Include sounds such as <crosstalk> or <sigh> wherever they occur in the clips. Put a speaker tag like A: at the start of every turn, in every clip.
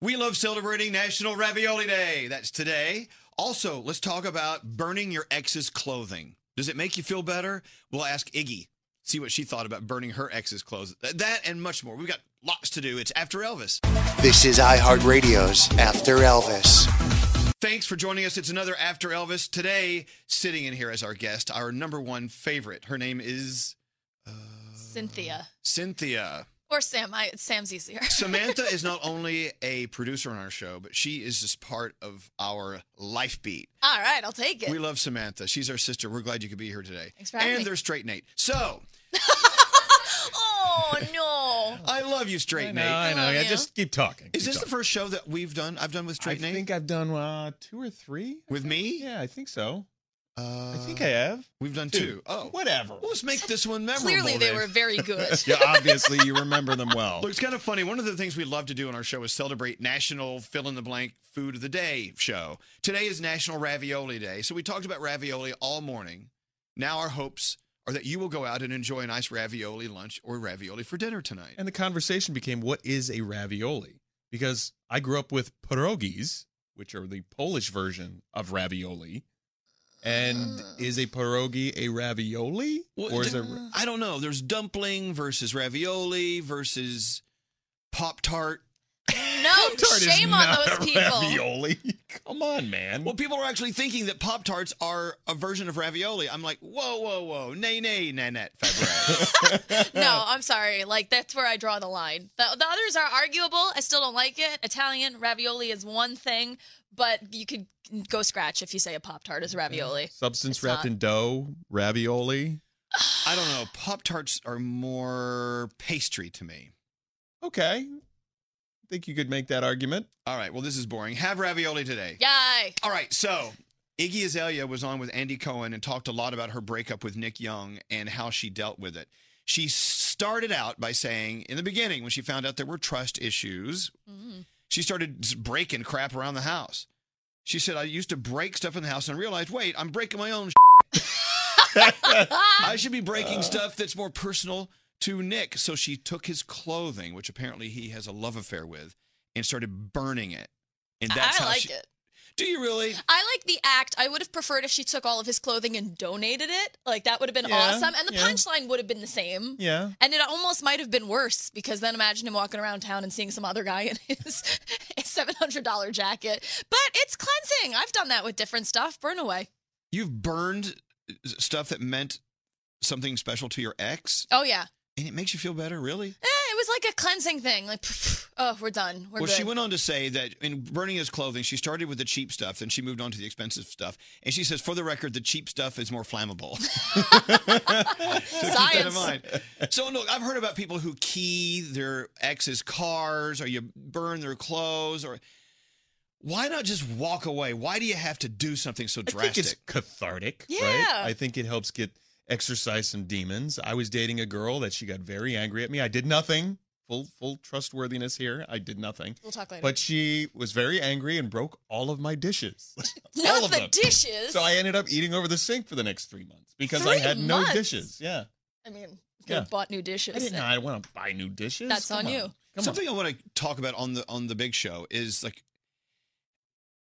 A: We love celebrating National Ravioli Day. That's today. Also, let's talk about burning your ex's clothing. Does it make you feel better? We'll ask Iggy, see what she thought about burning her ex's clothes. That and much more. We've got lots to do. It's After Elvis.
B: This is iHeartRadio's After Elvis.
A: Thanks for joining us. It's another After Elvis. Today, sitting in here as our guest, our number one favorite. Her name is
C: Cynthia
A: Cynthia.
C: or Sam. I, Sam's easier. <laughs>
A: Samantha is not only a producer on our show, but she is just part of our life beat.
C: All right, I'll take <laughs> it.
A: We love Samantha. She's our sister. We're glad you could be here today.
C: Thanks for having
A: and
C: me.
A: there's Straight Nate. So
C: oh no!
A: I love you, Straight
D: No, I
A: Nate.
D: know.
C: Love
D: Oh, Yeah,
C: you.
D: just keep talking.
A: Is
D: Keep
A: this the
D: talking.
A: first show that we've done? I've done with Straight
D: I
A: Nate
D: think I've done uh, two or three.
A: with me.
D: Yeah, I think so.
A: Uh,
D: I think I have.
A: we've done
D: Two.
A: two. Oh,
D: Whatever. <laughs>
A: Well, let's make this one memorable.
C: Clearly, they
A: then. <laughs>
C: were very good.
D: yeah, obviously you remember them well.
A: Look, it's kind of funny. One of the things we love to do on our show is celebrate National Fill in the Blank Food of the Day show. Today is National Ravioli Day. So we talked about ravioli all morning. Now our hopes are that you will go out and enjoy a nice ravioli lunch or ravioli for dinner tonight.
D: And the conversation became, "What is a ravioli?" Because I grew up with pierogies, which are the Polish version of ravioli. And is a pierogi a ravioli,
A: Ah. Well,
D: or is
A: the-
D: it?
A: I don't know. There's dumpling versus ravioli versus Pop Tart.
C: No,
D: <laughs> Tart is
C: shame on
D: not
A: <laughs>
C: those
D: a
C: people.
D: Ravioli. <laughs> Come on, man.
A: Well, people are actually thinking that Pop Tarts are a version of ravioli. I'm like, whoa, whoa, whoa. Nay, nay, Nanette Fabre. <laughs>
C: No, I'm sorry. Like that's where I draw the line. The, the others are arguable. I still don't like it. Italian ravioli is one thing, but you could go scratch if you say a pop tart is ravioli.
D: Substance
C: It's
D: wrapped
C: not.
D: in dough, ravioli.
A: I don't know. Pop Tarts are more pastry to me.
D: Okay. I think you could make that argument.
A: All right. Well, this is boring. Have ravioli today.
C: Yay!
A: All right. So Iggy Azalea was on with Andy Cohen and talked a lot about her breakup with Nick Young and how she dealt with it. She started out by saying, in the beginning, when she found out there were trust issues,
C: Mhm.
A: she started just breaking crap around the house. She said, I used to break stuff in the house and realized, wait, I'm breaking my own.
C: Ah,
A: I should be
C: Uh.
A: breaking stuff that's more personal to Nick. So she took his clothing, which apparently he has a love affair with, and started burning it. And that's
C: I
A: how
C: like
A: she,
C: it.
A: Do you really?
C: I like the act. I would have preferred if she took all of his clothing and donated it. Like that would have been
D: Yeah,
C: awesome. And the
D: yeah.
C: punchline would have been the same.
D: Yeah.
C: And it almost might have been worse because then imagine him walking around town and seeing some other guy in his <laughs> $700 jacket. But it's cleansing. I've done that with different stuff. Burn away.
A: You've burned stuff that meant something special to your ex,
C: Oh, yeah.
A: and it makes you feel better, really?
C: Eh, it was like a cleansing thing. Like, <laughs> oh, we're done. We're
A: well,
C: good.
A: she went on to say that in burning his clothing, she started with the cheap stuff, then she moved on to the expensive stuff. And she says, for the record, the cheap stuff is more flammable. <laughs> So keep that in
C: Science.
A: mind. So, look, I've heard about people who key their ex's cars or you burn their clothes or. Why not just walk away? Why do you have to do something so
D: I think it's
A: drastic?
D: cathartic,
C: Yeah.
D: right? I think it helps get exercise some demons. I was dating a girl that she got very angry at me. I did nothing. Full full trustworthiness here. I did nothing.
C: We'll talk later.
D: But she was very angry and broke all of my dishes. <laughs> all
C: Not
D: of
C: the
D: them.
C: dishes.
D: so I ended up eating over the sink for the next three months because I
C: Three
D: had
C: months?
D: no dishes. Yeah.
C: I mean, could have
D: Yeah.
C: bought new dishes.
D: I didn't I want to buy new dishes.
C: That's on you.
D: Come on.
A: Something I want to talk about on the on the big show is like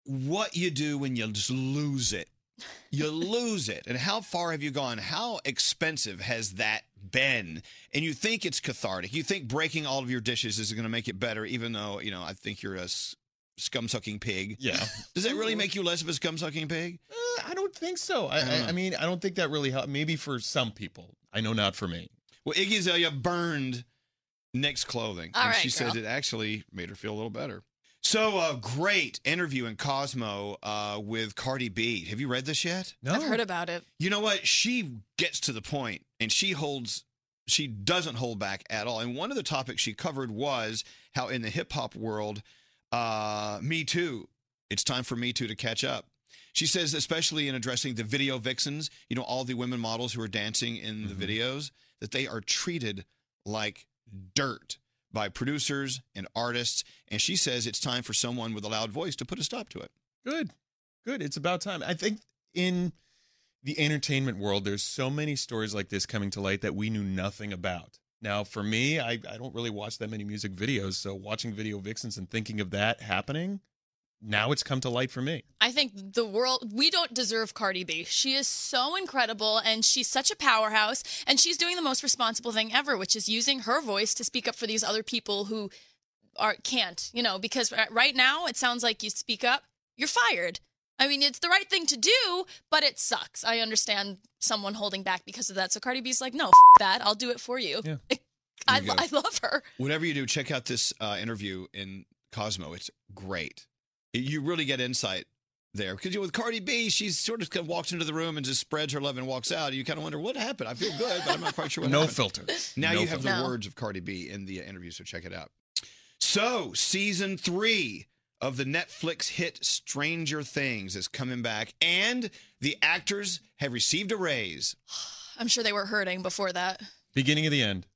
A: what you do when you just lose it.
D: <laughs>
A: You lose it. And how far have you gone? How expensive has that been? And you think it's cathartic. You think breaking all of your dishes is going to make it better even though, you know, I think you're a s- scum sucking pig.
D: Yeah. Mm-hmm.
A: Does that really make you less of a scum sucking pig?
D: Uh, I don't think so. I,
A: I don't
D: I,
A: know.
D: I mean, I don't think that really helped. Maybe for some people. I know not for me.
A: Well, Iggy Azalea burned Nick's clothing.
C: All
A: and
C: right,
A: she says
C: girl.
A: it actually made her feel a little better. So, uh, great interview in Cosmo uh, with Cardi B. Have you read this yet?
D: No.
C: I've heard about it.
A: You know what? She gets to the point and she holds, she doesn't hold back at all. And one of the topics she covered was how in the hip hop world, uh, Me Too, it's time for Me Too to catch up. She says, especially in addressing the video vixens, you know, all the women models who are dancing in the
D: Mhm.
A: videos, that they are treated like dirt by producers and artists. And she says it's time for someone with a loud voice to put a stop to it.
D: Good. Good. It's about time. I think in the entertainment world, there's so many stories like this coming to light that we knew nothing about. Now, for me, I, I don't really watch that many music videos, so watching Video Vixens and thinking of that happening, now it's come to light for me.
C: I think the world, we don't deserve Cardi B. She is so incredible and she's such a powerhouse. And she's doing the most responsible thing ever, which is using her voice to speak up for these other people who are can't, you know, because ri- right now it sounds like you speak up, you're fired. I mean, it's the right thing to do, but it sucks. I understand someone holding back because of that. So Cardi B's like, no, f- that. I'll do it for you.
D: Yeah.
C: <laughs> I,
A: There you go.
C: I love her.
A: Whatever you do, check out this uh, interview in Cosmo. It's great. You really get insight there because you know, with Cardi B, she's sort of, kind of walks into the room and just spreads her love and walks out. You kind of wonder what happened. I feel good, but I'm not quite sure what
D: No
A: happened.
D: filter.
A: Now
D: No
A: you have
D: filter.
A: the
C: No.
A: words of Cardi B in the uh, interview, so check it out. So, season three of the Netflix hit Stranger Things is coming back, and the actors have received a raise.
C: I'm sure they were hurting before that.
D: Beginning of the end.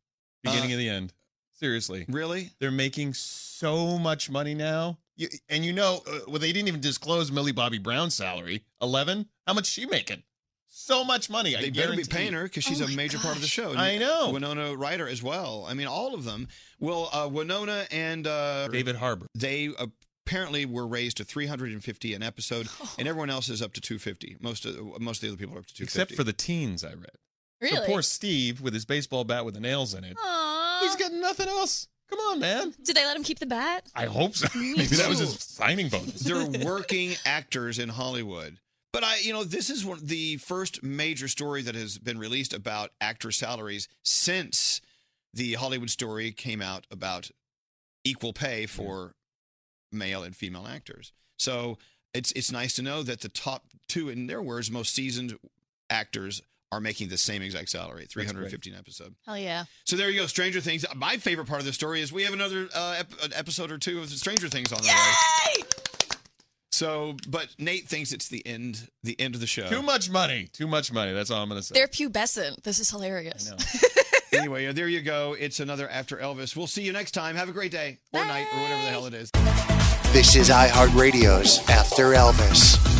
D: Beginning
A: Uh,
D: of the end. Seriously.
A: Really?
D: They're making so much money now. You, and you know, uh, well, they didn't even disclose Millie Bobby Brown's salary. 11? How much she making? So much money. I
A: They better be
D: guarantee.
A: paying her because she's
C: Oh
A: a
C: my
A: major part of the
C: gosh.
A: show.
D: I know.
A: Winona Ryder as well. I mean, all of them. Well, uh, Winona and uh,
D: David Harbour.
A: they apparently were raised to 350 an episode,
C: Oh,
A: and everyone else is up to 250. Most of most of the other people are up to 250.
D: Except for the teens, I read.
C: Really?
D: So poor Steve with his baseball bat with the nails in it.
C: Aw.
D: He's got nothing else. Come on, man.
C: Did they let him keep the bat?
D: I hope so.
C: Me
D: <laughs> Maybe that was
C: too.
D: his signing bonus.
A: they're working actors in Hollywood. But I, you know, this is one the first major story that has been released about actor salaries since the Hollywood story came out about equal pay for male and female actors. So it's it's nice to know that the top two, in their words, most seasoned actors are making the same exact salary,
D: great.
A: 315 episode.
C: Hell yeah.
A: So there you go, Stranger Things. My favorite part of the story is we have another uh, ep- an episode or two of Stranger Things on the way.
C: Yay!
A: So, but Nate thinks it's the end, the end of the show.
D: Too much money. Too much money. That's all I'm going to say.
C: They're pubescent. This is hilarious.
D: I know.
A: Anyway, there you go. It's another After Elvis. We'll see you next time. Have a great day or night or whatever the hell it is.
B: This is iHeartRadio's After Elvis.